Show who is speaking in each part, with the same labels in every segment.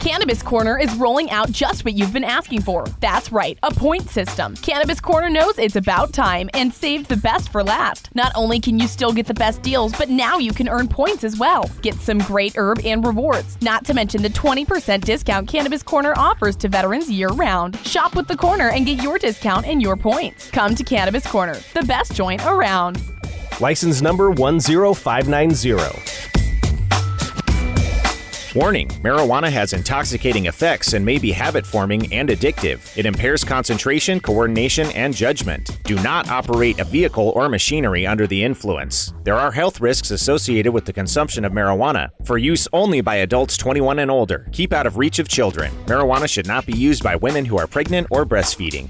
Speaker 1: Cannabis Corner is rolling out just what you've been asking for. That's right, a point system. Cannabis Corner knows it's about time and saved the best for last. Not only can you still get the best deals, but now you can earn points as well. Get some great herb and rewards, not to mention the 20% discount Cannabis Corner offers to veterans year round. Shop with the corner and get your discount and your points. Come to Cannabis Corner, the best joint around.
Speaker 2: License number 10590.
Speaker 3: Warning marijuana has intoxicating effects and may be habit forming and addictive. It impairs concentration, coordination, and judgment. Do not operate a vehicle or machinery under the influence. There are health risks associated with the consumption of marijuana. For use only by adults 21 and older, keep out of reach of children. Marijuana should not be used by women who are pregnant or breastfeeding.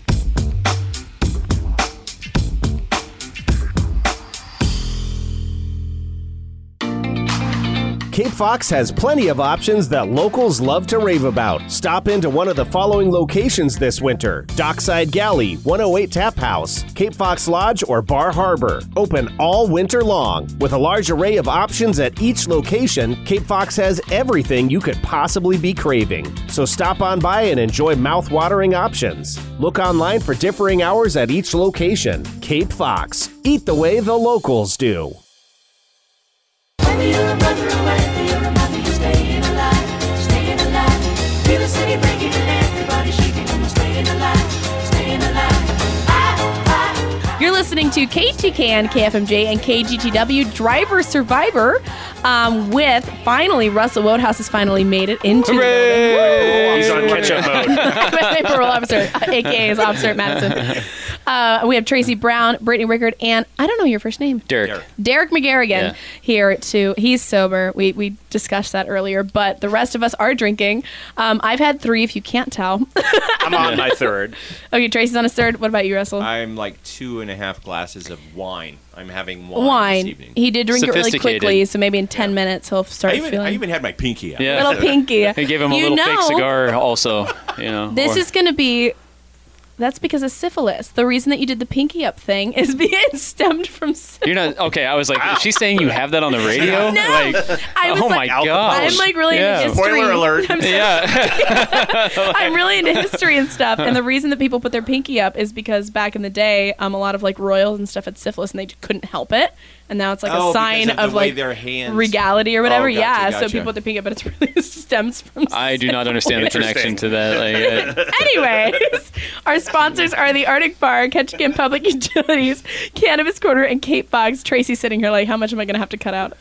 Speaker 2: Cape Fox has plenty of options that locals love to rave about. Stop into one of the following locations this winter Dockside Galley, 108 Tap House, Cape Fox Lodge, or Bar Harbor. Open all winter long. With a large array of options at each location, Cape Fox has everything you could possibly be craving. So stop on by and enjoy mouth-watering options. Look online for differing hours at each location. Cape Fox. Eat the way the locals do.
Speaker 4: Whether you're a brother or whether you're a mother, you're staying alive, staying alive. Feel the city breaking and everybody shaking, and you're staying alive, staying alive. I, I,
Speaker 1: You're listening to KTKN, KFMJ, and KGTW Driver Survivor um, with finally Russell Wodehouse has finally made it into
Speaker 5: Hooray!
Speaker 3: He's on catch up mode.
Speaker 1: the building. Patrol Officer, aka is Officer Madison. Uh, we have Tracy Brown, Brittany Rickard, and I don't know your first name.
Speaker 5: Dirk.
Speaker 1: Derek McGarrigan
Speaker 5: Yeah.
Speaker 1: here too. He's sober. We we discussed that earlier, but the rest of us are drinking. Um, I've had three, if you can't tell.
Speaker 3: I'm on my third.
Speaker 1: okay, Tracy's on his third. What about you, Russell?
Speaker 6: I'm like two and a half glasses of wine. I'm having wine,
Speaker 1: Wine.
Speaker 6: this evening.
Speaker 1: He did drink it really
Speaker 5: Sophisticated.
Speaker 1: quickly, so maybe in ten minutes he'll start
Speaker 6: I even,
Speaker 1: feeling
Speaker 6: I even had my pinky out.
Speaker 5: Yeah.
Speaker 1: little pinky.
Speaker 5: They gave him a
Speaker 1: You
Speaker 5: little fake
Speaker 1: know-
Speaker 5: cigar also, you know.
Speaker 1: This
Speaker 5: or-
Speaker 1: is going to be. That's because of syphilis. The reason that you did the pinky up thing is it stemmed from syphilis.
Speaker 5: You're not okay. I was like, is she saying you have that on the radio?
Speaker 1: No.
Speaker 5: Like,
Speaker 1: I was
Speaker 5: oh
Speaker 1: like,
Speaker 5: my god!
Speaker 1: I'm like really
Speaker 5: Yeah.
Speaker 1: into history.
Speaker 3: Spoiler alert.
Speaker 1: I'm, so-
Speaker 5: yeah,
Speaker 1: I'm really into history and stuff. And the reason that people put their pinky up is because back in the day, um, a lot of like royals and stuff had syphilis and they couldn't help it. And now it's like
Speaker 6: Oh,
Speaker 1: a sign
Speaker 6: because of the
Speaker 1: of
Speaker 6: way
Speaker 1: like
Speaker 6: their hands-
Speaker 1: regality or whatever.
Speaker 6: Oh, gotcha,
Speaker 1: yeah. So
Speaker 6: gotcha.
Speaker 1: people put their pinky up, but it's really it stems from.
Speaker 5: I do not understand the connection to that. Like, uh,
Speaker 1: Anyways, our sponsors are the Arctic Bar, Ketchikan Public Utilities, Cannabis Corner, and Cape Fox. Tracy sitting here like, how much am I going to have to cut out?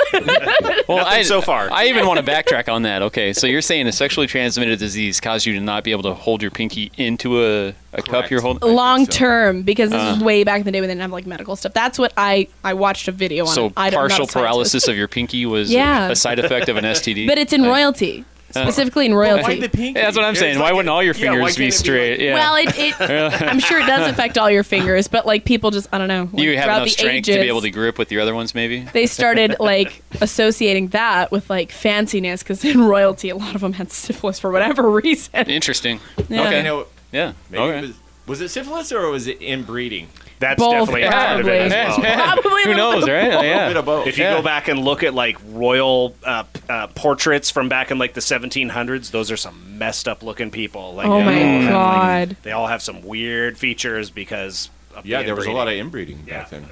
Speaker 5: well, I,
Speaker 3: so far.
Speaker 5: I even want to backtrack on that. Okay, so you're saying a sexually transmitted disease caused you to not be able to hold your pinky into a, a cup
Speaker 6: Correct.
Speaker 5: you're holding.
Speaker 1: Long term, because this
Speaker 5: uh,
Speaker 1: is way back in the day when they didn't have like medical stuff. That's what I I watched a video on.
Speaker 5: So
Speaker 1: it. I don't- I'm not a
Speaker 5: partial
Speaker 1: scientist.
Speaker 5: paralysis of your pinky was
Speaker 1: Yeah.
Speaker 5: a side effect of an STD.
Speaker 1: but it's in royalty, specifically in royalty.
Speaker 6: Why the pinky?
Speaker 5: Yeah, that's what I'm
Speaker 6: It's
Speaker 5: saying.
Speaker 6: like
Speaker 5: why
Speaker 6: a-
Speaker 5: wouldn't all your
Speaker 6: yeah, why
Speaker 5: fingers
Speaker 6: can't
Speaker 5: be
Speaker 6: it
Speaker 5: straight?
Speaker 6: like-
Speaker 5: yeah.
Speaker 1: Well, it, it I'm sure it does affect all your fingers, but like people just I don't know. Like,
Speaker 5: you have
Speaker 1: throughout
Speaker 5: enough
Speaker 1: the
Speaker 5: strength
Speaker 1: ages,
Speaker 5: to be able to grip with the other ones, maybe.
Speaker 1: they started like associating that with like fanciness because in royalty a lot of them had syphilis for whatever reason
Speaker 5: Interesting.
Speaker 1: Yeah.
Speaker 5: Okay.
Speaker 6: You know,
Speaker 5: yeah.
Speaker 6: maybe
Speaker 5: okay.
Speaker 6: it was, was it syphilis or was it inbreeding?
Speaker 3: That's
Speaker 1: Both,
Speaker 3: definitely a part of it as well.
Speaker 1: probably. Probably
Speaker 5: Who
Speaker 1: the-
Speaker 5: knows, right?
Speaker 6: A bit
Speaker 5: yeah.
Speaker 6: of both.
Speaker 3: If you
Speaker 5: Yeah.
Speaker 3: go back and look at like royal uh, p- uh, portraits from back in like the 1700s, those are some messed up looking people. Like,
Speaker 1: oh
Speaker 3: they all
Speaker 1: my
Speaker 3: have, like-
Speaker 1: god
Speaker 3: they all have some weird features because. Of
Speaker 6: yeah,
Speaker 3: the
Speaker 6: there was a
Speaker 3: inbreeding.
Speaker 6: lot of inbreeding back then.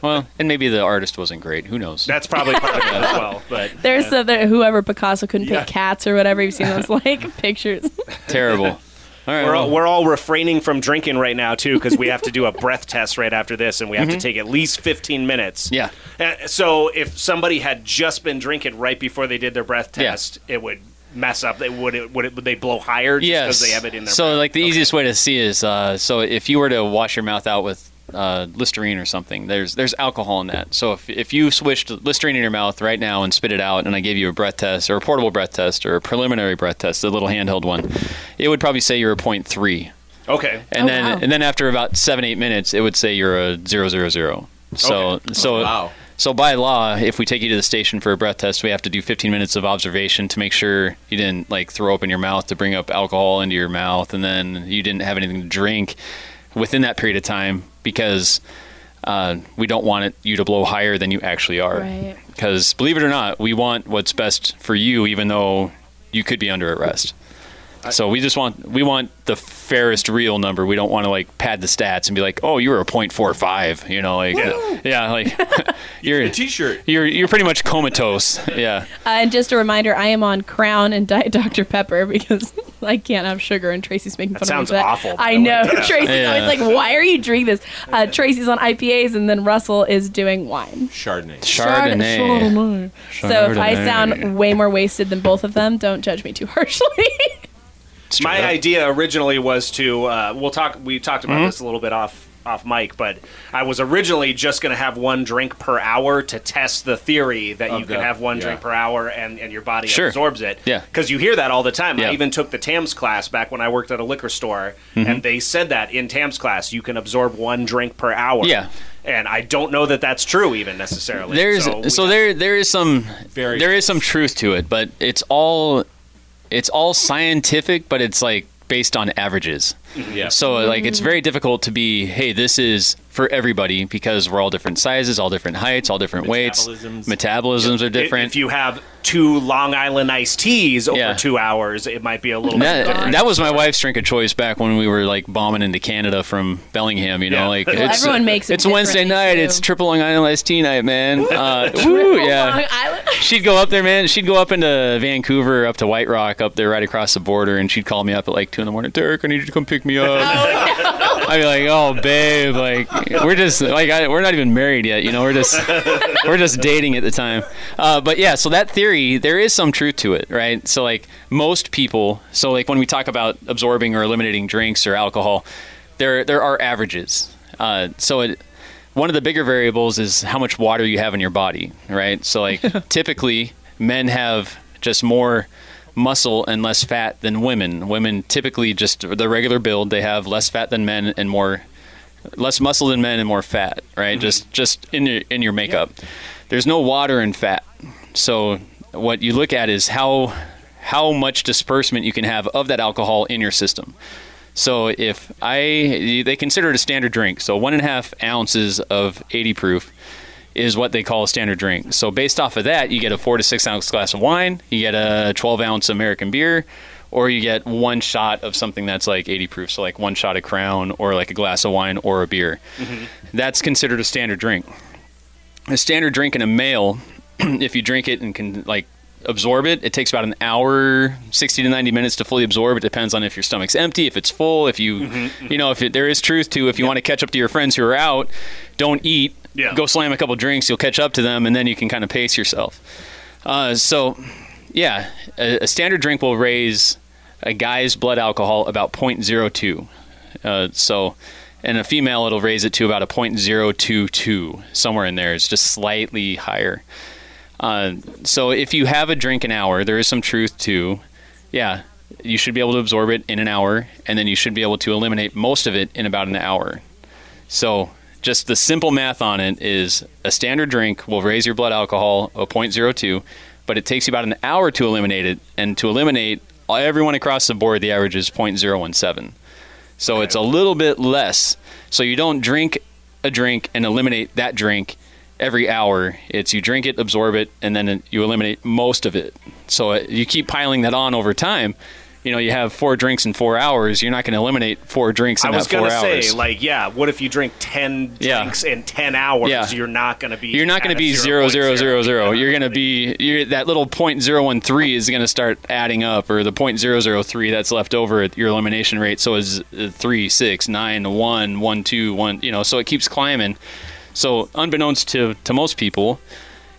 Speaker 5: Well, and maybe the artist wasn't great. Who knows?
Speaker 3: That's probably part of it as well. But
Speaker 1: there's the, the- whoever Picasso couldn't
Speaker 6: Yeah.
Speaker 1: paint cats or whatever. You've seen those like pictures.
Speaker 5: Terrible. All right.
Speaker 3: we're all,
Speaker 5: well,
Speaker 3: we're all refraining from drinking right now too because we have to do a breath test right after this, and we
Speaker 6: Mm-hmm.
Speaker 3: have to take at least 15 minutes.
Speaker 5: Yeah.
Speaker 3: Uh, so if somebody had just been drinking right before they did their breath
Speaker 5: Yeah.
Speaker 3: test, it would mess up. They would it would, it, would they blow higher just
Speaker 5: yes.
Speaker 3: because they have it in their
Speaker 5: so,
Speaker 3: breath?
Speaker 5: like, the easiest way to see is uh, so if you were to wash your mouth out with uh, Listerine or something, there's there's alcohol in that. So if if you swished Listerine in your mouth right now and spit it out, and I gave you a breath test or a portable breath test or a preliminary breath test, the little handheld one, it would probably say you're a point three.
Speaker 3: okay.
Speaker 5: and
Speaker 1: Oh,
Speaker 5: then
Speaker 1: wow.
Speaker 5: and then after about seven eight minutes, it would say you're a zero zero zero. So so
Speaker 6: wow.
Speaker 5: so by law, if we take you to the station for a breath test, we have to do 15 minutes of observation to make sure you didn't like throw up in your mouth to bring up alcohol into your mouth, and then you didn't have anything to drink within that period of time because uh, we don't want it, you to blow higher than you actually are.
Speaker 7: Right.
Speaker 5: Because believe it or not, we want what's best for you, even though you could be under arrest. So we just want we want the fairest real number. We don't want to like pad the stats and be like, oh, you were a .45. You know, like yeah, like you're
Speaker 6: A T-shirt.
Speaker 5: you're you're pretty much comatose. Yeah.
Speaker 7: Uh, and just a reminder, I am on Crown and Diet Dr. Pepper because I can't have sugar, and Tracy's making fun
Speaker 8: sounds
Speaker 7: of me. for
Speaker 8: awful, by
Speaker 7: I
Speaker 8: the
Speaker 7: know.
Speaker 8: way.
Speaker 7: Tracy's
Speaker 5: Yeah.
Speaker 7: always like, why are you drinking this? Uh, Tracy's on IPAs, and then Russell is doing wine.
Speaker 6: Chardonnay.
Speaker 7: Chard- Chardonnay.
Speaker 5: Chardonnay.
Speaker 7: So if I
Speaker 5: Chardonnay.
Speaker 7: sound way more wasted than both of them, don't judge me too harshly.
Speaker 5: Straight
Speaker 8: My
Speaker 5: up.
Speaker 8: idea originally was to uh, we'll talk we talked
Speaker 5: Mm-hmm.
Speaker 8: about this a little bit off off mic, but I was originally just going to have one drink per hour to test the theory that you
Speaker 6: Of
Speaker 8: can
Speaker 6: the-
Speaker 8: have one drink
Speaker 6: yeah.
Speaker 8: per hour and, and your body
Speaker 5: Sure.
Speaker 8: absorbs it.
Speaker 5: Yeah.
Speaker 8: Because you hear that all the time.
Speaker 5: Yeah. Mm-hmm.
Speaker 8: I even took the TAMS class back when I worked at a liquor store, and they said that in TAMS class you can absorb one drink per hour.
Speaker 5: Yeah.
Speaker 8: And I don't know that that's true even necessarily.
Speaker 5: There's
Speaker 8: so,
Speaker 5: so,
Speaker 8: we-
Speaker 5: there there is some
Speaker 6: Very-
Speaker 5: there is some truth to it, but it's all it's all scientific, but it's like based on averages.
Speaker 8: Mm-hmm.
Speaker 6: Yeah.
Speaker 5: So like it's very difficult to be hey this is for everybody because we're all different sizes, all different heights, all different weights.
Speaker 6: Metabolisms.
Speaker 5: Metabolisms are
Speaker 8: i-
Speaker 5: different.
Speaker 8: If you have two Long Island iced teas over
Speaker 5: Yeah.
Speaker 8: two hours, it might be a little bit
Speaker 5: that,
Speaker 8: different.
Speaker 5: that was my wife's drink of choice back when we were like bombing into Canada from Bellingham. You know,
Speaker 8: Yeah.
Speaker 5: like
Speaker 8: Well,
Speaker 5: it's,
Speaker 7: everyone makes it
Speaker 5: it's Wednesday
Speaker 7: differently,
Speaker 5: night.
Speaker 7: too.
Speaker 5: It's triple Long Island iced tea night, man. Uh,
Speaker 7: Triple
Speaker 5: woo,
Speaker 7: Long
Speaker 5: yeah.
Speaker 7: Island.
Speaker 5: She'd go up there, man. She'd go up into Vancouver, up to White Rock, up there right across the border, and she'd call me up at like two in the morning. Derek, I need you to come pick me up. I'd be like, oh, babe, like we're just like I, we're not even married yet, you know. We're just we're just dating at the time. Uh, but yeah, so that theory, there is some truth to it, right? So like most people, so like when we talk about absorbing or eliminating drinks or alcohol, there there are averages. Uh, so it one of the bigger variables is how much water you have in your body, right? So, like, typically men have just more muscle and less fat than women. Women typically just the regular build, they have less fat than men and more less muscle than men and more fat, right? Just just in your in your makeup. There's no water and fat. So what you look at is how how much disbursement you can have of that alcohol in your system. So if I, they consider it a standard drink. So one and a half ounces of 80 proof is what they call a standard drink. So based off of that, you get a four to six ounce glass of wine, you get a 12 ounce American beer, or you get one shot of something that's like 80 proof. So like one shot of Crown or like a glass of wine or a beer. That's considered a standard drink. A standard drink in a male, if you drink it and can like absorb it. It takes about an hour, 60 to 90 minutes to fully absorb. It depends on if your stomach's empty, if it's full, if you, you know, if it, there is truth to if you want to catch up to your friends who are out, don't eat.
Speaker 8: Yeah.
Speaker 5: Go slam a couple drinks, you'll catch up to them, and then you can kind of pace yourself. Uh, so, yeah, a, a standard drink will raise a guy's blood alcohol about 0.02. Uh, so, in a female, it'll raise it to about a 0.022, somewhere in there. It's just slightly higher. Uh, so if you have a drink an hour, there is some truth to, yeah, you should be able to absorb it in an hour, and then you should be able to eliminate most of it in about an hour. So just the simple math on it is a standard drink will raise your blood alcohol a 0.02, but it takes you about an hour to eliminate it, and to eliminate everyone across the board, the average is 0.017. So it's a little bit less. So you don't drink a drink and eliminate that drink every hour. It's you drink it, absorb it, and then you eliminate most of it. So it, you keep piling that on over time. You know, you have four drinks in four hours. You're not going to eliminate four drinks in
Speaker 8: I
Speaker 5: that
Speaker 8: was
Speaker 5: four
Speaker 8: gonna say,
Speaker 5: hours.
Speaker 8: like, yeah, what if you drink ten
Speaker 5: Yeah.
Speaker 8: drinks in ten hours?
Speaker 5: Yeah.
Speaker 8: You're not gonna be.
Speaker 5: you're not going
Speaker 8: at
Speaker 5: to
Speaker 8: a
Speaker 5: be
Speaker 8: 0.0.
Speaker 5: zero zero zero zero. You're going to be you're, that little point zero one three is going to start adding up, or the point zero zero three that's left over at your elimination rate. So is uh, three six nine one one two one. You know, so it keeps climbing. So unbeknownst to to most people,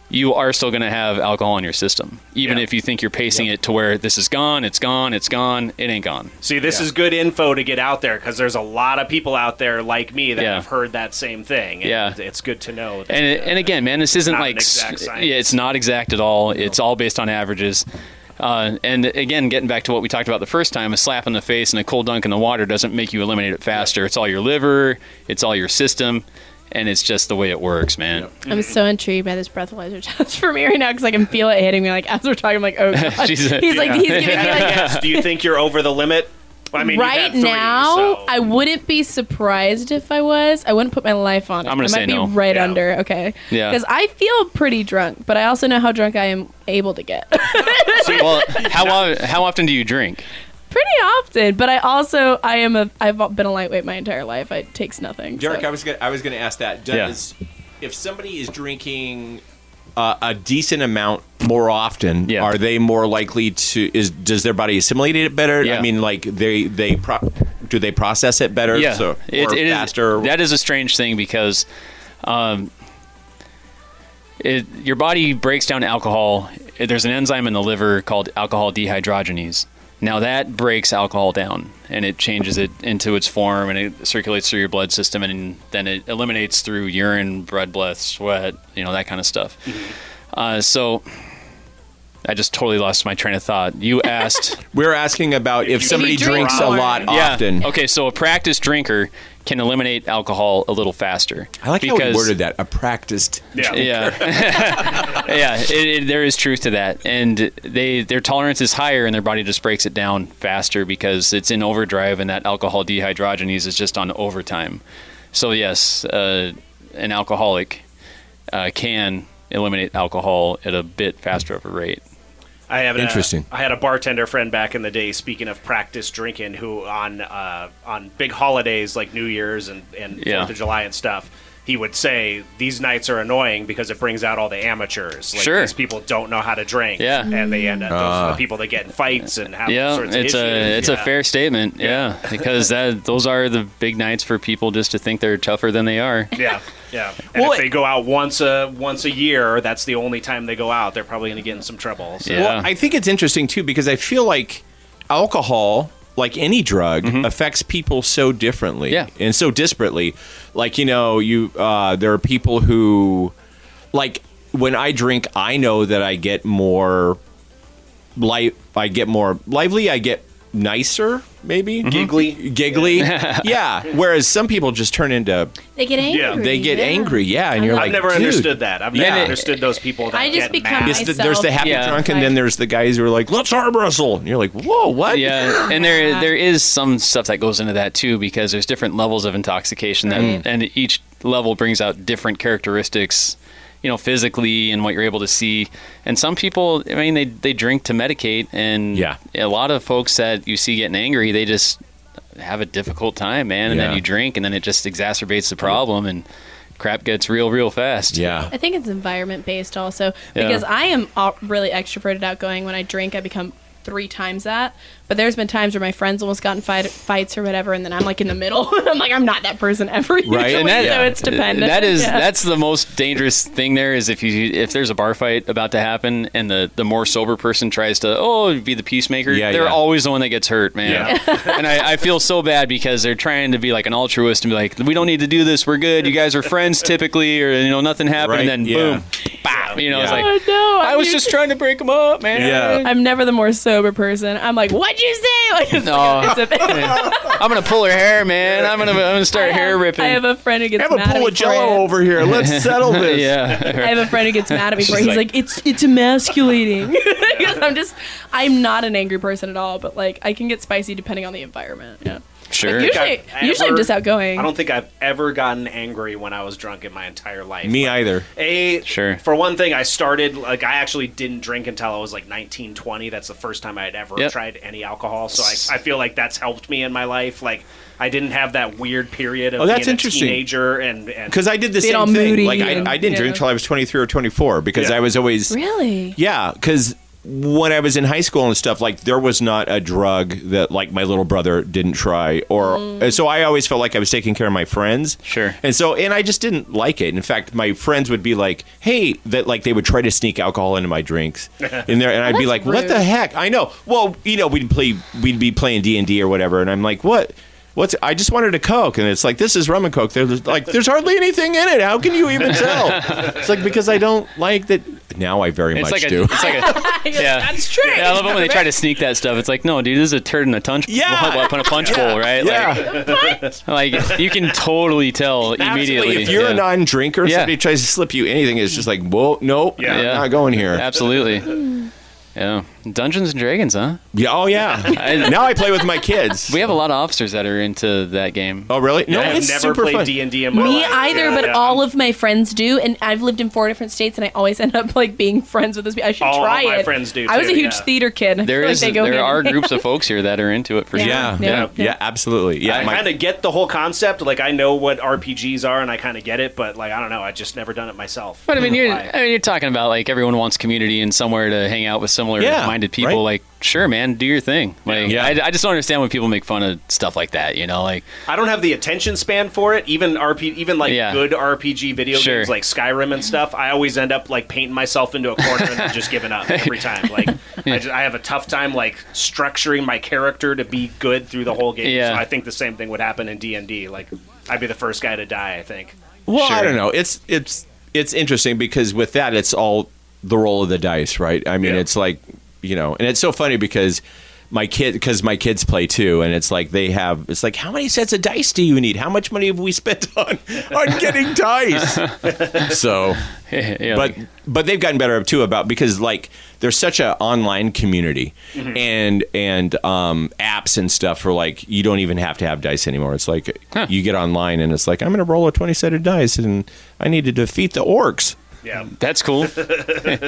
Speaker 5: you are still going to have alcohol in your system, even
Speaker 8: Yeah.
Speaker 5: if you think you're pacing it to where this is gone, it's gone, it's gone, it ain't gone.
Speaker 8: See, this is good info to get out there because there's a lot of people out there like me that
Speaker 5: Yeah.
Speaker 8: have heard that same thing. and
Speaker 5: Yeah.
Speaker 8: it's good to know. That,
Speaker 5: and and again, man, this isn't
Speaker 8: not
Speaker 5: like
Speaker 8: an exact
Speaker 5: s-
Speaker 8: science.
Speaker 5: yeah, it's not exact at all. It's all based on averages. Uh, and again, getting back to what we talked about the first time, a slap in the face and a cold dunk in the water doesn't make you eliminate it faster. It's all your liver, it's all your system, and it's just the way it works, man.
Speaker 7: I'm so intrigued by this breathalyzer test for me right now because I can feel it hitting me. Like as we're talking, I'm like, oh god.
Speaker 5: She's a-
Speaker 7: he's like, he's giving me like. a-
Speaker 8: do you think you're over the limit? I mean, you've
Speaker 1: right
Speaker 8: had three,
Speaker 1: now,
Speaker 8: so-
Speaker 1: I wouldn't be surprised if I was. I wouldn't put my life on it.
Speaker 5: I'm gonna
Speaker 1: I
Speaker 5: say
Speaker 1: might be
Speaker 5: no.
Speaker 1: right
Speaker 8: Yeah.
Speaker 1: under. Okay.
Speaker 5: Yeah.
Speaker 1: Because I feel pretty drunk, but I also know how drunk I am able to get.
Speaker 5: well, how o- how often do you drink?
Speaker 1: pretty often, but I also I am a I've been a lightweight my entire life. I takes nothing.
Speaker 6: Derek,
Speaker 1: so.
Speaker 6: I was gonna, I was going to ask that.
Speaker 5: Yeah.
Speaker 6: Does if somebody is drinking uh, a decent amount more often,
Speaker 5: Yeah.
Speaker 6: are they more likely to is does their body assimilate it better?
Speaker 5: Yeah.
Speaker 6: I mean, like they they pro- do they process it better?
Speaker 5: Yeah,
Speaker 6: so,
Speaker 5: it,
Speaker 6: or
Speaker 5: it is-
Speaker 6: faster.
Speaker 5: that is a strange thing because um, it, your body breaks down alcohol. There's an enzyme in the liver called alcohol dehydrogenase. Now that breaks alcohol down and it changes it into its form and it circulates through your blood system and then it eliminates through urine, blood, blood, sweat, you know that kind of stuff.
Speaker 6: Mm-hmm.
Speaker 5: Uh, so I just totally lost my train of thought. You asked
Speaker 6: We're asking about if,
Speaker 8: you
Speaker 6: somebody
Speaker 1: drink
Speaker 6: drinks a
Speaker 1: more.
Speaker 6: lot
Speaker 5: yeah.
Speaker 6: often.
Speaker 5: Okay, so a practiced drinker can eliminate alcohol a little faster.
Speaker 6: I like how we worded that. A practiced.
Speaker 8: Yeah.
Speaker 5: Yeah, yeah. It, it, there is truth to that, and they their tolerance is higher, and their body just breaks it down faster because it's in overdrive, and that alcohol dehydrogenase is just on overtime. So yes, uh, an alcoholic uh, can eliminate alcohol at a bit faster of a rate.
Speaker 8: I have an,
Speaker 6: Interesting.
Speaker 8: Uh, I had a bartender friend back in the day. Speaking of practice drinking, who on uh, on big holidays like New Year's and and Fourth
Speaker 5: Yeah.
Speaker 8: of July and stuff, he would say these nights are annoying because it brings out all the amateurs. Like,
Speaker 5: Sure.
Speaker 8: these people don't know how to drink.
Speaker 5: Yeah.
Speaker 8: and they end up those are
Speaker 6: Ah.
Speaker 8: the people that get in fights and have all
Speaker 5: Yeah,
Speaker 8: sorts of
Speaker 5: it's
Speaker 8: issues.
Speaker 5: a it's
Speaker 8: Yeah.
Speaker 5: a fair statement. Yeah, because that those are the big nights for people just to think they're tougher than they are.
Speaker 8: Yeah, yeah. And if they go out once a once a year, that's the only time they go out. They're probably going to get in some trouble. So.
Speaker 5: Yeah.
Speaker 6: Well, I think it's interesting too because I feel like alcohol, like any drug, affects people so differently
Speaker 5: Mm-hmm. Yeah.
Speaker 6: and so disparately. Like you know, you uh, there are people who, like when I drink, I know that I get more light. I get more lively. I get nicer, maybe
Speaker 5: Mm-hmm.
Speaker 6: giggly, giggly. yeah. Whereas some people just turn into
Speaker 1: they get angry.
Speaker 8: Yeah.
Speaker 6: they get angry. Yeah, and
Speaker 1: I
Speaker 6: you're
Speaker 1: know.
Speaker 6: like,
Speaker 8: I've never
Speaker 6: "Dude,
Speaker 8: understood that. I've never
Speaker 5: Yeah.
Speaker 8: understood those people that
Speaker 1: I just
Speaker 8: get
Speaker 1: become
Speaker 8: mad.
Speaker 6: It's the, there's the happy
Speaker 5: Yeah.
Speaker 6: drunk, and then there's the guys who are like, "Let's arm wrestle," and you're like, "Whoa, what?"
Speaker 5: Yeah, and there there is some stuff that goes into that too because there's different levels of intoxication that,
Speaker 6: Mm.
Speaker 1: Right.
Speaker 5: and each level brings out different characteristics, you know, physically and what you're able to see. And some people, I mean, they they drink to medicate, and
Speaker 6: Yeah.
Speaker 5: a lot of folks that you see getting angry, they just have a difficult time, man. And
Speaker 6: Yeah.
Speaker 5: then you drink, and then it just exacerbates the problem, and crap gets real, real fast.
Speaker 1: I
Speaker 6: yeah.
Speaker 1: think it's environment based also
Speaker 5: Yeah.
Speaker 1: because I am all- really extroverted, outgoing. When I drink, I become three times that. But there's been times where my friends almost got in fight, fights or whatever, and then I'm like in the middle. I'm like, I'm not that person ever. Usually,
Speaker 6: Right, and that-
Speaker 1: so it's dependent.
Speaker 5: That is
Speaker 1: Yeah.
Speaker 5: that's the most dangerous thing there is if you if there's a bar fight about to happen and the the more sober person tries to oh be the peacemaker,
Speaker 6: Yeah,
Speaker 5: they're
Speaker 6: yeah.
Speaker 5: always the one that gets hurt, man. and I, I feel so bad because they're trying to be like an altruist and be like, we don't need to do this, we're good. You guys are friends typically, or you know nothing happened,
Speaker 6: Right,
Speaker 5: and then
Speaker 6: yeah.
Speaker 5: boom, bam. You know, it's
Speaker 6: Yeah.
Speaker 5: like
Speaker 1: Oh, no,
Speaker 5: I
Speaker 1: I'm
Speaker 5: was
Speaker 1: usually-
Speaker 5: just trying to break them up, man.
Speaker 6: Yeah.
Speaker 1: I'm never the more sober person. I'm like, what'd you say? Like, it's
Speaker 5: No.
Speaker 1: like a- it's a-
Speaker 5: I'm gonna pull her hair, man. I'm gonna I'm gonna start hair ripping.
Speaker 1: I have a friend who gets
Speaker 6: Have a
Speaker 1: mad at
Speaker 6: pull
Speaker 1: me
Speaker 6: of
Speaker 1: for
Speaker 6: Jello
Speaker 1: it.
Speaker 6: over here. Let's settle this.
Speaker 5: yeah.
Speaker 1: I have a friend who gets mad at me for it.
Speaker 5: She's
Speaker 1: He's
Speaker 5: like-
Speaker 1: like, it's it's emasculating. Because I'm just, I'm not an angry person at all, but like I can get spicy depending on the environment. Yeah.
Speaker 5: Sure.
Speaker 1: Usually,
Speaker 8: I've
Speaker 1: usually I'm
Speaker 8: ever-
Speaker 1: just outgoing.
Speaker 8: I don't think I've ever gotten angry when I was drunk in my entire life.
Speaker 6: Me either.
Speaker 8: A
Speaker 5: Sure.
Speaker 8: For one thing, I started like I actually didn't drink until I was like 19, 20. That's the first time I had ever
Speaker 5: Yep.
Speaker 8: tried any alcohol. So I, I feel like that's helped me in my life. Like I didn't have that weird period of
Speaker 6: Oh, that's
Speaker 8: being
Speaker 6: interesting.
Speaker 8: a teenager and and
Speaker 6: Because I did the
Speaker 1: Being all
Speaker 6: same thing.
Speaker 1: moody
Speaker 6: Like I,
Speaker 1: and-
Speaker 6: I didn't drink
Speaker 1: yeah.
Speaker 6: till I was 23 or 24 because
Speaker 8: Yeah.
Speaker 6: I was always
Speaker 1: really?
Speaker 6: yeah. Because when I was in high school and stuff, like there was not a drug that like my little brother didn't try, or so I always felt like I was taking care of my friends.
Speaker 5: Sure.
Speaker 6: And so and I just didn't like it. In fact, my friends would be like, "Hey," that like they would try to sneak alcohol into my drinks in there, and I'd be
Speaker 1: that's
Speaker 6: like, "What the
Speaker 1: rude.
Speaker 6: heck?" I know. Well, you know, we'd play, we'd be playing D and D or whatever, and I'm like, "What?" What's I just wanted a Coke, and it's like this is rum and Coke. There's like there's hardly anything in it. How can you even tell? It's like because I don't like that. Now I very
Speaker 5: It's like
Speaker 6: much
Speaker 5: a,
Speaker 6: do.
Speaker 5: it's like a Yeah.
Speaker 1: That's true.
Speaker 5: Yeah, I love it when they try to sneak that stuff. It's like, no, dude, this is a turd in a punch.
Speaker 6: Yeah.
Speaker 5: well, in a punch bowl, right?
Speaker 6: Yeah,
Speaker 5: Like, like you can totally tell immediately.
Speaker 6: Absolutely. If you're
Speaker 5: yeah.
Speaker 6: a non-drinker,
Speaker 5: Yeah.
Speaker 6: somebody tries to slip you anything, it's just like, whoa, nope,
Speaker 8: Yeah.
Speaker 6: I'm
Speaker 5: Yeah.
Speaker 6: not going here.
Speaker 5: absolutely, yeah, Dungeons and Dragons, huh?
Speaker 6: Yeah. Oh yeah.
Speaker 5: I-
Speaker 6: now I play with my kids.
Speaker 5: we have a lot of officers that are into that game.
Speaker 6: oh really? No,
Speaker 8: I have
Speaker 6: it's
Speaker 8: never
Speaker 6: super
Speaker 8: played
Speaker 6: fun.
Speaker 8: D and D in my
Speaker 1: Me
Speaker 8: life.
Speaker 1: either,
Speaker 8: Yeah,
Speaker 1: but
Speaker 8: yeah.
Speaker 1: all of my friends do, and I've lived in four different states, and I always end up like being friends with those people. I should
Speaker 8: All- all
Speaker 1: try
Speaker 8: my
Speaker 1: it.
Speaker 8: friends do,
Speaker 1: I was
Speaker 8: too,
Speaker 1: a huge
Speaker 8: yeah.
Speaker 1: theater kid. I
Speaker 5: There
Speaker 1: feel like
Speaker 5: is
Speaker 1: they go
Speaker 5: there
Speaker 1: hand
Speaker 5: are
Speaker 1: in hand.
Speaker 5: groups of folks here that are into it for sure.
Speaker 6: Yeah.
Speaker 1: Yeah.
Speaker 6: Yeah. Yeah. Absolutely. Yeah.
Speaker 8: I
Speaker 6: my-
Speaker 8: kind of get the whole concept. Like I know what RPGs are, and I kind of get it, but like I don't know. I just never done it myself.
Speaker 5: But I mean, you're
Speaker 8: Why?
Speaker 5: I mean, you're talking about like everyone wants community and somewhere to hang out with similar
Speaker 6: Yeah,
Speaker 5: minded people.
Speaker 6: right.
Speaker 5: Like, sure, man, do your thing. Like,
Speaker 6: Yeah.
Speaker 5: I, I just don't understand when people make fun of stuff like that. You know, like
Speaker 8: I don't have the attention span for it. Even RP, even like
Speaker 5: Yeah.
Speaker 8: good RPG video
Speaker 5: Sure.
Speaker 8: games like Skyrim and stuff. I always end up like painting myself into a corner and then just giving up every time. Like I, just, I have a tough time like structuring my character to be good through the whole game.
Speaker 5: Yeah.
Speaker 8: So I think the same thing would happen in D and D. Like I'd be the first guy to die. I think.
Speaker 6: Well, I
Speaker 5: Sure.
Speaker 6: don't know. It's it's it's interesting because with that, it's all the roll of the dice, right? I mean,
Speaker 8: Yeah.
Speaker 6: it's like you know, and it's so funny because my kid because my kids play too, and it's like they have it's like how many sets of dice do you need? How much money have we spent on on getting dice? so
Speaker 5: yeah,
Speaker 6: but but they've gotten better too about because like there's such an online community and and um, apps and stuff for like you don't even have to have dice anymore. It's like you get online and it's like I'm gonna roll a twenty set of dice and I need to defeat the orcs.
Speaker 8: Yeah.
Speaker 5: that's cool.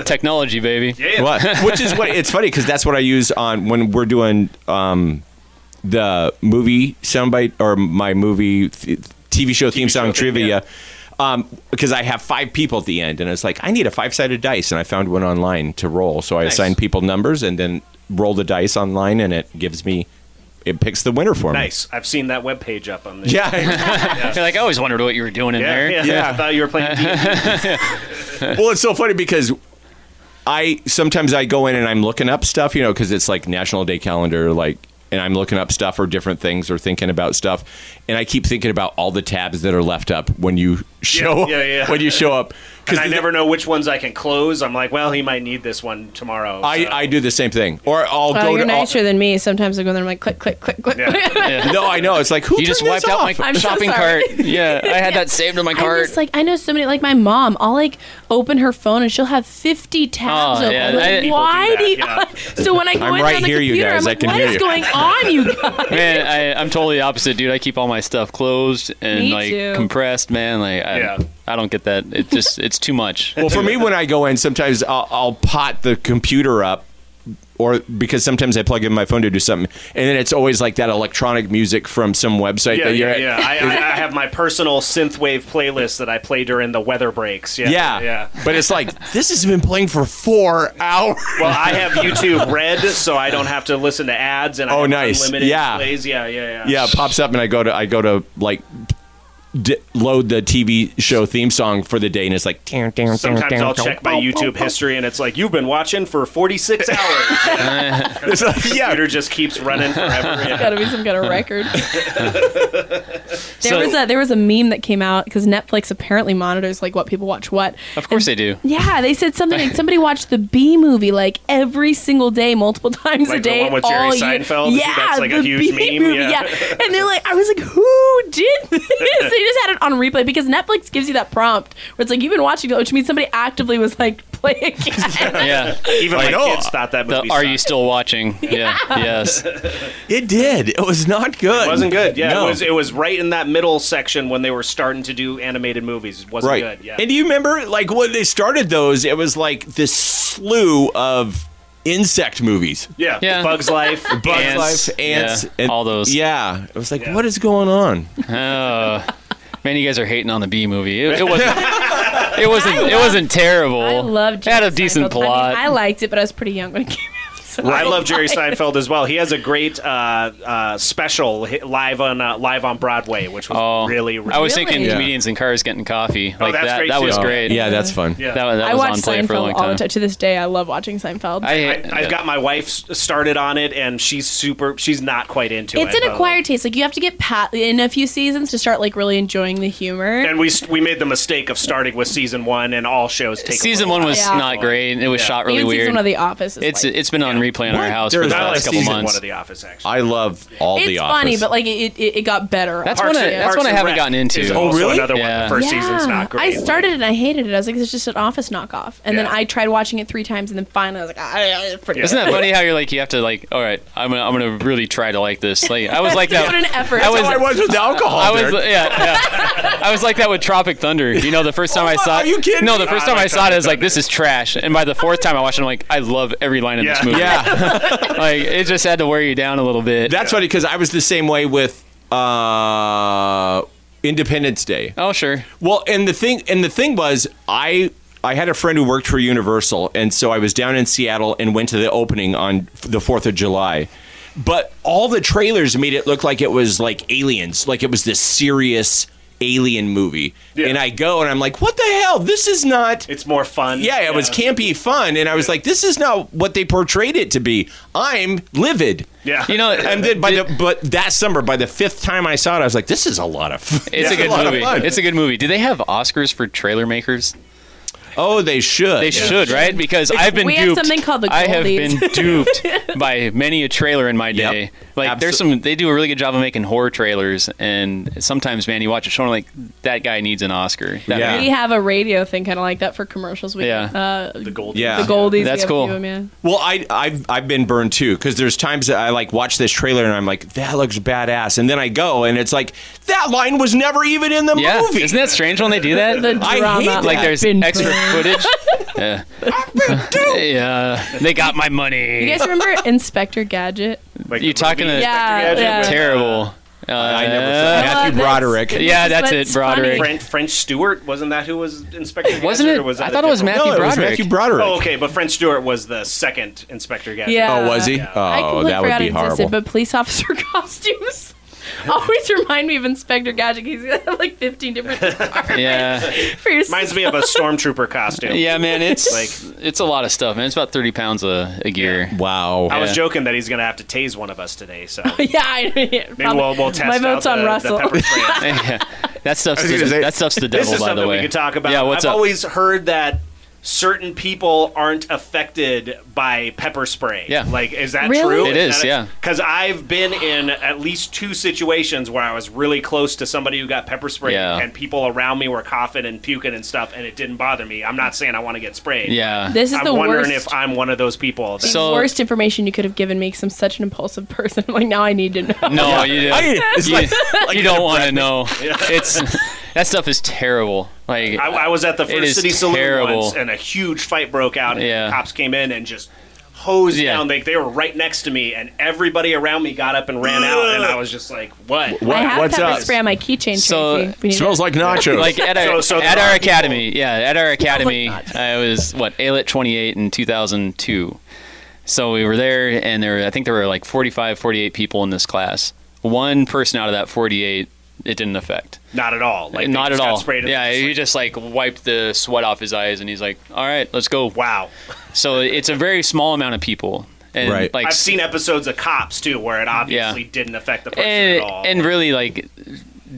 Speaker 5: Technology, baby.
Speaker 8: Yeah.
Speaker 6: What? Which is what it's funny because that's what I use on when we're doing um, the movie soundbite or my movie th- TV show theme
Speaker 8: show
Speaker 6: song
Speaker 8: thing,
Speaker 6: trivia. Um, because I have five people at the end, and it's like I need a five-sided dice, and I found one online to roll. So I assign people numbers, and then roll the dice online, and it gives me, it picks the winner for
Speaker 8: Nice. I've seen that web page up on the
Speaker 6: me. Yeah,
Speaker 5: You're like I always wondered what you were doing in
Speaker 8: Yeah,
Speaker 5: there.
Speaker 8: yeah, I thought you were playing. D&D.
Speaker 6: well, it's so funny because I sometimes I go in and I'm looking up stuff, you know, because it's like National Day calendar, like, and I'm looking up stuff or different things or thinking about stuff, and I keep thinking about all the tabs that are left up when you show
Speaker 8: yeah, yeah.
Speaker 6: when you show up
Speaker 8: And I
Speaker 6: the-
Speaker 8: never know which ones I can close. I'm like, well, he might need this one tomorrow.
Speaker 6: I,
Speaker 8: so.
Speaker 6: I do the same thing, or I'll
Speaker 1: Oh,
Speaker 6: go
Speaker 1: you're
Speaker 6: to. all-
Speaker 1: nicer than me. Sometimes I go there and I'm like click, click, click, click.
Speaker 8: Yeah.
Speaker 6: no, I know. It's like who
Speaker 5: You just
Speaker 6: turned
Speaker 5: wiped
Speaker 6: this
Speaker 5: out my
Speaker 6: off?
Speaker 1: I'm so
Speaker 5: shopping
Speaker 1: sorry.
Speaker 5: cart. Yeah, I had that saved in my
Speaker 1: I'm
Speaker 5: cart.
Speaker 1: just like I know so many. Like my mom, I'll like open her phone and she'll have 50 tabs
Speaker 5: Oh,
Speaker 1: open.
Speaker 5: yeah,
Speaker 1: I'm like,
Speaker 5: I- people do
Speaker 1: why
Speaker 8: that,
Speaker 1: do you?
Speaker 8: yeah.
Speaker 1: so when I go
Speaker 6: I'm
Speaker 1: in
Speaker 6: right
Speaker 1: on the
Speaker 6: here, you
Speaker 1: computer,
Speaker 6: guys.
Speaker 1: I'm
Speaker 6: I
Speaker 1: like,
Speaker 6: can
Speaker 1: what
Speaker 6: hear
Speaker 1: is
Speaker 6: you."
Speaker 1: going on, you guys?
Speaker 5: Man, I, I'm totally the opposite, dude. I keep all my stuff closed and
Speaker 1: Me
Speaker 5: like
Speaker 1: too.
Speaker 5: compressed, man. Like, I,
Speaker 8: Yeah.
Speaker 5: I don't get that. It just it's too much.
Speaker 6: Well, for me, when I go in, sometimes I'll, I'll pot the computer up, or because sometimes I plug in my phone to do something, and then it's always like that electronic music from some website
Speaker 8: Yeah,
Speaker 6: that you're
Speaker 8: yeah,
Speaker 6: at.
Speaker 8: yeah. I, I, I have my personal synthwave playlist that I play during the weather breaks. Yeah,
Speaker 6: Yeah. But it's like, this has been playing for four hours.
Speaker 8: Well, I have YouTube Red, so I don't have to listen to ads, and I
Speaker 6: Oh,
Speaker 8: have
Speaker 6: nice.
Speaker 8: unlimited
Speaker 6: Yeah.
Speaker 8: plays. Yeah, yeah, yeah.
Speaker 6: yeah, it pops up and I go to I go to like d- load the TV show theme song for the day and it's like "Dun, dun, dun,
Speaker 8: Sometimes
Speaker 6: dun,
Speaker 8: I'll
Speaker 6: dun,
Speaker 8: check my
Speaker 6: dun,
Speaker 8: YouTube
Speaker 6: dun,
Speaker 8: history, and it's like you've been watching for 46 hours.
Speaker 6: dun." It's like, yeah.
Speaker 8: Computer just keeps running forever. Yeah.
Speaker 1: Gotta be some kind of record. there
Speaker 5: So-
Speaker 1: was a there was a meme that came out because Netflix apparently monitors like what people watch what.
Speaker 5: Of course they do.
Speaker 1: Yeah, they said something like somebody watched the B movie like every single day, multiple times
Speaker 8: Like
Speaker 1: a
Speaker 8: the
Speaker 1: day.
Speaker 8: one with Jerry
Speaker 1: all
Speaker 8: Seinfeld?
Speaker 1: Year. Yeah,
Speaker 8: That's like a
Speaker 1: the
Speaker 8: huge
Speaker 1: B
Speaker 8: meme,
Speaker 1: movie.
Speaker 8: yeah.
Speaker 1: Yeah. and they're like, I was like, who did this? they just had it on replay because Netflix gives you that prompt where it's like you've been watching it, which means somebody actively was like, play again.
Speaker 5: Yeah.
Speaker 8: Even my
Speaker 6: know.
Speaker 8: kids thought that
Speaker 5: The,
Speaker 8: movie.
Speaker 5: are you
Speaker 8: sucked.
Speaker 5: still watching? Yeah. Yes.
Speaker 6: It did. It was not good.
Speaker 8: It wasn't good. Yeah,
Speaker 6: No.
Speaker 8: it was. It was right in that middle section when they were starting to do animated movies. It wasn't
Speaker 6: right.
Speaker 8: good. Yeah.
Speaker 6: And do you remember like when they started those, it was like this slew of insect movies.
Speaker 8: yeah.
Speaker 5: Yeah.
Speaker 8: Bugs Life.
Speaker 6: Bugs
Speaker 8: Ants.
Speaker 5: Ants,
Speaker 6: Life, ants,
Speaker 5: yeah, all those.
Speaker 6: Yeah, it was like,
Speaker 8: Yeah.
Speaker 6: what is going on?
Speaker 5: Oh. Man, you guys are hating on the B movie. It, it wasn't. It wasn't. it wasn't terrible.
Speaker 1: I loved
Speaker 5: It had a
Speaker 1: Jerry
Speaker 5: decent
Speaker 1: Seinfeld. I mean,
Speaker 5: plot.
Speaker 1: I, liked it, but I was pretty young when it came out. so
Speaker 8: I
Speaker 1: don't
Speaker 8: love Jerry
Speaker 1: like it.
Speaker 8: Seinfeld as well. He has a great uh, uh, special hi- live on uh, live on Broadway, which was
Speaker 5: Oh.
Speaker 8: really, really. Oh,
Speaker 5: I was thinking
Speaker 1: Really?
Speaker 5: comedians in cars getting coffee. Like
Speaker 8: that's
Speaker 5: that.
Speaker 8: great
Speaker 5: that was
Speaker 8: too.
Speaker 5: great.
Speaker 6: Yeah, that's fun.
Speaker 8: Yeah.
Speaker 5: That, was- that
Speaker 1: I
Speaker 5: was
Speaker 1: watch
Speaker 5: on play
Speaker 1: Seinfeld
Speaker 5: for a long
Speaker 1: all the
Speaker 5: time.
Speaker 1: time. To this day, I love watching Seinfeld.
Speaker 5: I,
Speaker 8: I,
Speaker 5: hate-
Speaker 8: I
Speaker 5: yeah.
Speaker 8: got my wife s- started on it, and she's super. She's not quite into it.
Speaker 1: it's an
Speaker 8: but,
Speaker 1: acquired taste. Like you have to get pat in a few seasons to start like really enjoying the humor.
Speaker 8: like, And we st- we made the mistake of starting with season one, and all shows take. a
Speaker 5: Season
Speaker 8: little
Speaker 5: one was
Speaker 1: Yeah.
Speaker 5: not great. It was shot really
Speaker 1: Even
Speaker 5: weird.
Speaker 1: season one of The Office. Is
Speaker 5: it's
Speaker 1: like,
Speaker 5: it's been on replay in our
Speaker 6: What?
Speaker 5: house
Speaker 6: There
Speaker 5: for
Speaker 6: is
Speaker 5: the
Speaker 6: not
Speaker 8: I like
Speaker 5: last couple
Speaker 8: season
Speaker 5: months.
Speaker 8: one of The Office. Actually,
Speaker 6: I love all
Speaker 1: it's
Speaker 6: the Office.
Speaker 1: funny, but like it, it, it got better.
Speaker 5: That's one I-
Speaker 8: and-
Speaker 5: that's
Speaker 8: Parks
Speaker 5: one I
Speaker 8: and
Speaker 5: haven't
Speaker 8: Rec
Speaker 5: gotten into.
Speaker 8: Is
Speaker 5: Oh,
Speaker 8: also
Speaker 5: really?
Speaker 8: Another one.
Speaker 5: Yeah.
Speaker 8: The first season's not great.
Speaker 1: I started it and I hated it. I was like, it's just an office knockoff. And then
Speaker 8: Yeah.
Speaker 1: I tried watching it three times and then finally I was like, ah, it's pretty
Speaker 5: Isn't
Speaker 1: good.
Speaker 5: that funny how you're like you have to like all right I'm gonna I'm gonna really try to like this like I was like that
Speaker 1: Put an effort.
Speaker 5: I was
Speaker 6: I was with alcohol.
Speaker 5: I was
Speaker 6: Derek.
Speaker 5: yeah, yeah. I was like that with Tropic Thunder. You know, the first time I
Speaker 1: Oh,
Speaker 6: my-
Speaker 5: saw
Speaker 6: are you kidding
Speaker 5: No,
Speaker 6: me?
Speaker 5: the first
Speaker 8: I
Speaker 5: time I,
Speaker 8: like
Speaker 5: saw it, I was
Speaker 8: Tropic
Speaker 5: like, this is trash. And by the fourth time I watched it, I'm like, I love every line in
Speaker 8: Yeah.
Speaker 5: this movie.
Speaker 6: yeah.
Speaker 5: Like it just had to wear you down a little bit.
Speaker 6: That's funny because I was the same way with uh, Independence Day.
Speaker 5: oh sure.
Speaker 6: Well, and the thing and the thing was, I I had a friend who worked for Universal, and so I was down in Seattle and went to the opening on f- the Fourth of July. But all the trailers made it look like it was like aliens, like it was this serious alien movie.
Speaker 8: Yeah.
Speaker 6: And I go and I'm like, what the hell? This is not.
Speaker 8: It's more fun.
Speaker 6: yeah, it was campy fun, and I was like, this is not what they portrayed it to be. I'm livid.
Speaker 8: Yeah.
Speaker 5: You know,
Speaker 6: And then by the but that summer, by the fifth time I saw it, I was like, this is a lot of fun.
Speaker 5: it's a
Speaker 6: This is
Speaker 5: good
Speaker 6: lot of
Speaker 5: movie.
Speaker 6: fun.
Speaker 5: It's a good movie. Do they have Oscars for trailer makers?
Speaker 6: oh, they should.
Speaker 5: They should, right? Because I've been
Speaker 1: We have
Speaker 5: duped.
Speaker 1: something called the
Speaker 5: I have been
Speaker 1: Goldies.
Speaker 5: duped by many a trailer in my
Speaker 6: Yep.
Speaker 5: day. Like there's
Speaker 6: Absol-
Speaker 5: some they do a really good job of making horror trailers and sometimes man you watch a show and I'm like that guy needs an Oscar. That
Speaker 6: Yeah.
Speaker 5: man-
Speaker 1: We have a radio thing kind of like that for commercials. We,
Speaker 5: Yeah.
Speaker 1: uh,
Speaker 8: the
Speaker 1: the
Speaker 8: gold.
Speaker 6: Yeah.
Speaker 1: Goldies.
Speaker 5: That's
Speaker 1: we have a
Speaker 5: cool.
Speaker 1: few of them, yeah.
Speaker 6: Well, I, I've I've been burned too because there's times that I like watch this trailer and I'm like that looks badass, and then I go and it's like that line was never even in the
Speaker 5: Yeah,
Speaker 6: movie.
Speaker 5: isn't that strange when they do that?
Speaker 1: The
Speaker 6: I hate
Speaker 1: drama.
Speaker 6: that.
Speaker 5: like there's
Speaker 1: Been
Speaker 5: extra
Speaker 1: burned.
Speaker 5: footage. Yeah. yeah, they got my
Speaker 1: You
Speaker 5: money.
Speaker 1: guys remember Inspector Gadget?
Speaker 8: Like
Speaker 5: You
Speaker 8: the
Speaker 5: talking
Speaker 8: movie
Speaker 5: to-
Speaker 1: Yeah,
Speaker 8: Inspector
Speaker 1: yeah.
Speaker 8: Gadget with,
Speaker 5: Terrible. Uh,
Speaker 6: I never saw
Speaker 1: Well,
Speaker 6: Matthew
Speaker 1: Uh, that's-
Speaker 6: Broderick.
Speaker 1: this
Speaker 5: Yeah,
Speaker 1: is
Speaker 5: that's
Speaker 1: what's
Speaker 5: it, Broderick.
Speaker 1: funny.
Speaker 8: French, French Stewart wasn't that who was Inspector? Gadget,
Speaker 5: Wasn't it?
Speaker 8: or was
Speaker 5: I
Speaker 8: that a
Speaker 5: thought it was
Speaker 8: different-
Speaker 5: Matthew
Speaker 6: no, it was
Speaker 5: Broderick.
Speaker 6: Matthew Broderick.
Speaker 8: Oh, okay, but French Stewart was the second Inspector Gadget.
Speaker 1: Yeah.
Speaker 6: Oh, was he?
Speaker 1: Yeah. I
Speaker 6: Oh,
Speaker 1: completely
Speaker 6: that would
Speaker 1: forgot
Speaker 6: be
Speaker 1: it existed,
Speaker 6: horrible.
Speaker 1: but police officer costumes always remind me of Inspector Gadget. He's got like 15 different departments
Speaker 5: Yeah,
Speaker 1: for your
Speaker 8: reminds me of a stormtrooper costume.
Speaker 5: yeah, man. It's
Speaker 8: Like-
Speaker 5: it's a lot of stuff, man. It's about thirty pounds a, a gear.
Speaker 6: wow.
Speaker 8: I was
Speaker 5: Yeah.
Speaker 8: joking that he's gonna have to tase one of us today. So
Speaker 1: Yeah, I mean,
Speaker 8: maybe
Speaker 1: probably.
Speaker 8: we'll, we'll test
Speaker 1: My vote's
Speaker 8: out
Speaker 1: on
Speaker 8: the,
Speaker 1: Russell.
Speaker 8: The pepper spray.
Speaker 5: Yeah. That stuff's
Speaker 6: was gonna
Speaker 5: the,
Speaker 6: say-
Speaker 5: that stuff's the
Speaker 8: this
Speaker 5: devil,
Speaker 8: is
Speaker 5: by
Speaker 8: something
Speaker 5: the way.
Speaker 8: we could talk about.
Speaker 5: Yeah, what's
Speaker 8: I've
Speaker 5: up?
Speaker 8: always heard that certain people aren't affected by pepper spray.
Speaker 5: Yeah.
Speaker 8: like is that
Speaker 1: Really?
Speaker 8: true?
Speaker 5: It is, yeah.
Speaker 8: because I've been in at least two situations where I was really close to somebody who got pepper sprayed,
Speaker 5: Yeah.
Speaker 8: and people around me were coughing and puking and stuff, and it didn't bother me. I'm not saying I want to get sprayed.
Speaker 5: yeah,
Speaker 1: This is
Speaker 8: I'm
Speaker 1: the
Speaker 8: wondering
Speaker 1: worst.
Speaker 8: if I'm one of those people. That,
Speaker 5: So-
Speaker 1: worst information you could have given me because I'm such an impulsive person. I'm like, now I need to know.
Speaker 5: no, you didn't.
Speaker 6: I- it's
Speaker 5: you,
Speaker 6: like-
Speaker 5: you don't want to know. It's that stuff is terrible. Like
Speaker 8: I, I was at the
Speaker 5: is
Speaker 8: first city saloon
Speaker 5: terrible.
Speaker 8: once, and a huge fight broke out, and
Speaker 5: Yeah.
Speaker 8: the cops came in and just hosed
Speaker 5: Yeah.
Speaker 8: down. They, they were right next to me, and everybody around me got up and ran out, and I was just like, "What?"
Speaker 1: I have
Speaker 6: what's
Speaker 1: pepper
Speaker 6: up?
Speaker 1: spray on my keychain.
Speaker 5: So,
Speaker 1: Tracy. We need to-
Speaker 6: Smells like nachos.
Speaker 5: like at our,
Speaker 8: So- so
Speaker 5: at
Speaker 8: there
Speaker 5: our
Speaker 8: are
Speaker 5: academy, yeah, at our academy, I was what ALET 28 in 2002. So we were there, and there, were- I think there were like 45, 48 people in this class. One person out of that 48, it didn't affect.
Speaker 8: Not at all. Like they
Speaker 5: Not at
Speaker 8: just got
Speaker 5: all.
Speaker 8: Sprayed
Speaker 5: Yeah,
Speaker 8: It's
Speaker 5: he
Speaker 8: like,
Speaker 5: just like wiped the sweat off his eyes, and he's like, "All right, let's go."
Speaker 8: wow.
Speaker 5: So it's a very small amount of people, and
Speaker 6: Right.
Speaker 5: like
Speaker 8: I've seen episodes of Cops too, where it obviously
Speaker 5: Yeah.
Speaker 8: didn't affect the person
Speaker 5: and,
Speaker 8: at all.
Speaker 5: and really like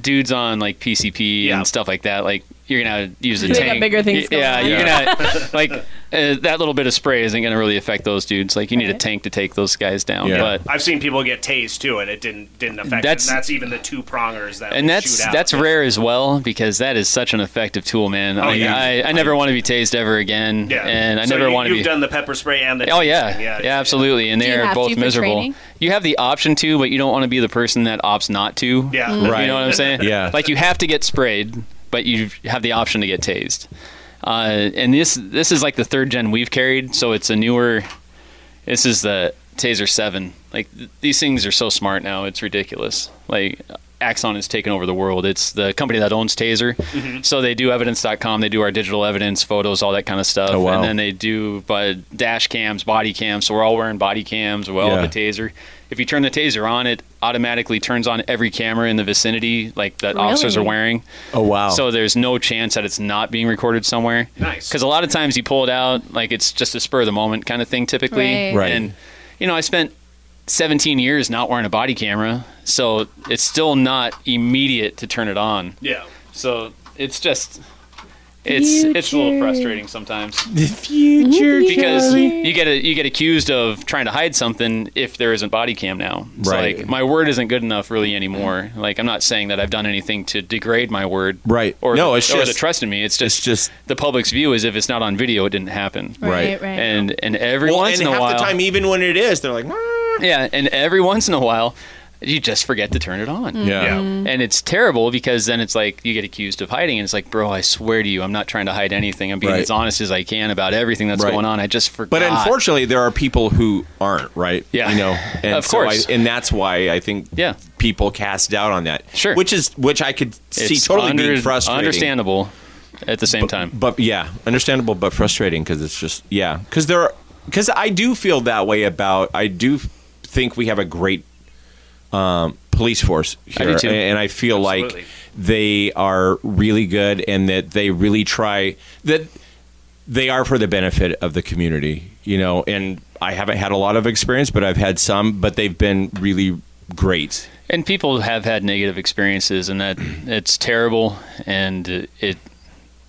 Speaker 5: dudes on like PCP
Speaker 8: Yeah.
Speaker 5: and stuff like that. Like you're gonna use a
Speaker 1: They got
Speaker 5: tank.
Speaker 1: bigger things
Speaker 5: Y- Yeah,
Speaker 1: going on.
Speaker 5: you're gonna like uh, that little bit of spray isn't gonna really affect those dudes. Like you need a
Speaker 1: Right.
Speaker 5: tank to take those guys down.
Speaker 6: Yeah.
Speaker 5: But
Speaker 8: I've seen people get tased too, and it didn't didn't affect.
Speaker 5: That's-
Speaker 8: That's them. that's even the two prongers that
Speaker 5: and
Speaker 8: would
Speaker 5: that's
Speaker 8: shoot out.
Speaker 5: that's rare as well because that is such an effective tool, man. Like,
Speaker 8: Oh, yeah.
Speaker 5: I, I never want to be tased ever again.
Speaker 8: Yeah,
Speaker 5: And I
Speaker 8: So
Speaker 5: never
Speaker 8: you,
Speaker 5: want to
Speaker 8: you've
Speaker 5: be.
Speaker 8: done the pepper spray and the
Speaker 5: Oh yeah,
Speaker 8: tasing.
Speaker 5: yeah, absolutely, and
Speaker 1: you
Speaker 5: they are
Speaker 1: have
Speaker 5: both
Speaker 1: to for
Speaker 5: miserable.
Speaker 1: training?
Speaker 5: You have the option to, but you don't want to be the person that opts not to.
Speaker 8: Yeah.
Speaker 5: You
Speaker 6: Right.
Speaker 5: know what I'm saying?
Speaker 6: Yeah.
Speaker 5: Like you have to get sprayed, but you have the option to get tased. Uh, and this this is like the third gen we've carried, so it's a newer. This is the Taser Seven. Like th- these things are so smart now, it's ridiculous. Like Axon has taken over the world. It's the company that owns Taser, so they do evidence.com. They do our digital evidence, photos, all that kind of stuff.
Speaker 6: Oh, wow.
Speaker 5: And then they do but dash cams, body cams. So we're all wearing body cams. We all have a
Speaker 6: Yeah.
Speaker 5: taser. If you turn the taser on, it automatically turns on every camera in the vicinity, like that officers are
Speaker 1: Really?
Speaker 5: wearing.
Speaker 6: oh wow.
Speaker 5: So there's no chance that it's not being recorded somewhere.
Speaker 8: Nice.
Speaker 5: Because a lot of times you pull it out, like it's just a spur of the moment kind of thing, typically.
Speaker 1: Right.
Speaker 6: Right.
Speaker 5: And you know, I spent 17 years not wearing a body camera, so it's still not immediate to turn it on.
Speaker 8: Yeah.
Speaker 5: So it's just It's it's a little frustrating sometimes
Speaker 6: The future
Speaker 5: because you get a, you get accused of trying to hide something if there isn't body cam now. It's
Speaker 6: Right.
Speaker 5: Like my word isn't good enough really anymore. Like I'm not saying that I've done anything to degrade my word.
Speaker 6: Right.
Speaker 5: Or
Speaker 6: No,
Speaker 5: the,
Speaker 6: it's
Speaker 5: or
Speaker 6: just-
Speaker 5: the trust in me. It's just,
Speaker 6: it's just-
Speaker 5: the public's view is if it's not on video, it didn't happen.
Speaker 6: Right.
Speaker 1: Right, right.
Speaker 5: And and every
Speaker 6: well,
Speaker 5: once in
Speaker 6: and
Speaker 5: a
Speaker 6: half
Speaker 5: while,
Speaker 6: the time, even when it is, they're like, "Ah."
Speaker 5: yeah, and every once in a while, you just forget to turn it on.
Speaker 6: Mm-hmm.
Speaker 5: And it's terrible because then it's like you get accused of hiding, and it's like, bro, I swear to you, I'm not trying to hide anything. I'm being
Speaker 6: Right.
Speaker 5: as honest as I can about everything that's
Speaker 6: Right.
Speaker 5: going on. I just forgot.
Speaker 6: But unfortunately, there are people who aren't right.
Speaker 5: Yeah.
Speaker 6: you know, and
Speaker 5: Of
Speaker 6: so
Speaker 5: course.
Speaker 6: I, and that's why I think
Speaker 5: Yeah.
Speaker 6: people cast doubt on that.
Speaker 5: Sure.
Speaker 6: which is which I could see
Speaker 5: It's
Speaker 6: totally being
Speaker 5: under-
Speaker 6: frustrating.
Speaker 5: Understandable at the same time.
Speaker 6: but yeah, understandable, but frustrating because it's just yeah, because there, are because I do feel that way about. I do think we have a great um, police force
Speaker 5: I
Speaker 6: here,
Speaker 5: do too.
Speaker 6: and and I feel
Speaker 8: Absolutely.
Speaker 6: like they are really good, and that they really try that they are for the benefit of the community, you know. And I haven't had a lot of experience, but I've had some, but they've been really great.
Speaker 5: And people have had negative experiences, and that it's terrible. And it,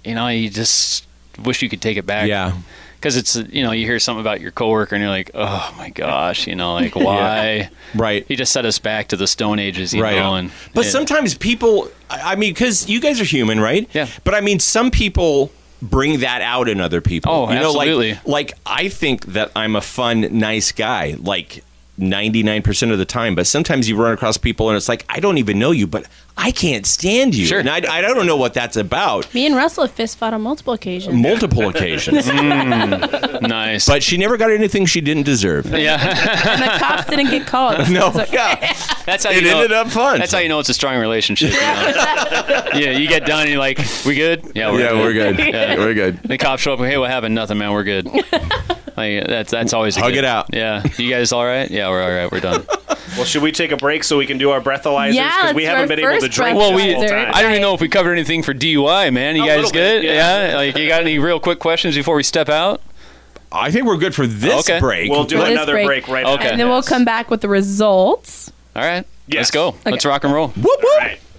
Speaker 5: you know, you just wish you could take it back.
Speaker 6: Yeah.
Speaker 5: Because it's you know you hear something about your coworker and you're like oh my gosh you know like why
Speaker 6: Right.
Speaker 5: he just set us back to the stone ages you know and
Speaker 6: but
Speaker 5: and-
Speaker 6: sometimes people, I I mean, because you guys are human, right?
Speaker 5: Yeah.
Speaker 6: But I mean, some people bring that out in other people.
Speaker 5: Oh,
Speaker 6: you know,
Speaker 5: absolutely.
Speaker 6: Like, like I think that I'm a fun, nice guy. Like. 99% of the time but sometimes you run across people and it's like i don't even know you but i can't stand you
Speaker 5: Sure.
Speaker 6: and I, I don't know what that's about
Speaker 1: Me and Russell have fist fought on multiple occasions.
Speaker 6: multiple occasions
Speaker 5: nice
Speaker 6: but she never got anything she didn't deserve
Speaker 5: yeah
Speaker 1: and the cops didn't get called.
Speaker 6: no
Speaker 1: It's like,
Speaker 6: yeah.
Speaker 5: that's how
Speaker 6: it
Speaker 5: you know,
Speaker 6: ended up fun
Speaker 5: that's how you know it's a strong relationship you know? yeah you get done and you're like we good yeah
Speaker 6: yeah we're good we're good
Speaker 5: The cops show up. Hey, what happened? Nothing, man. We're good. like that's that's always a
Speaker 6: Hug
Speaker 5: good-
Speaker 6: it out.
Speaker 5: Yeah, you guys all right? Yeah, we're all right. We're done.
Speaker 8: Well, should we take a break so we can do our breathalyzers?
Speaker 1: Yeah,
Speaker 8: Because
Speaker 1: let's do
Speaker 8: we haven't
Speaker 1: our
Speaker 8: been able to
Speaker 1: first
Speaker 8: drink
Speaker 5: Well,
Speaker 8: this
Speaker 5: we-
Speaker 8: whole time.
Speaker 5: I don't even know if we covered anything for DUI, man. You
Speaker 8: A
Speaker 5: guys
Speaker 8: little
Speaker 5: good?
Speaker 8: bit, yeah.
Speaker 5: yeah. Like you got any real quick questions before we step out?
Speaker 6: i think we're good for this
Speaker 5: Okay.
Speaker 6: break
Speaker 8: We'll do
Speaker 1: This
Speaker 8: another break,
Speaker 1: break.
Speaker 8: right
Speaker 5: Okay.
Speaker 8: after
Speaker 1: And then we'll
Speaker 8: this.
Speaker 1: come back with the results.
Speaker 5: All right.
Speaker 8: Yes.
Speaker 5: Let's go. Let's rock and roll.
Speaker 6: Whoop, whoop.
Speaker 8: All right.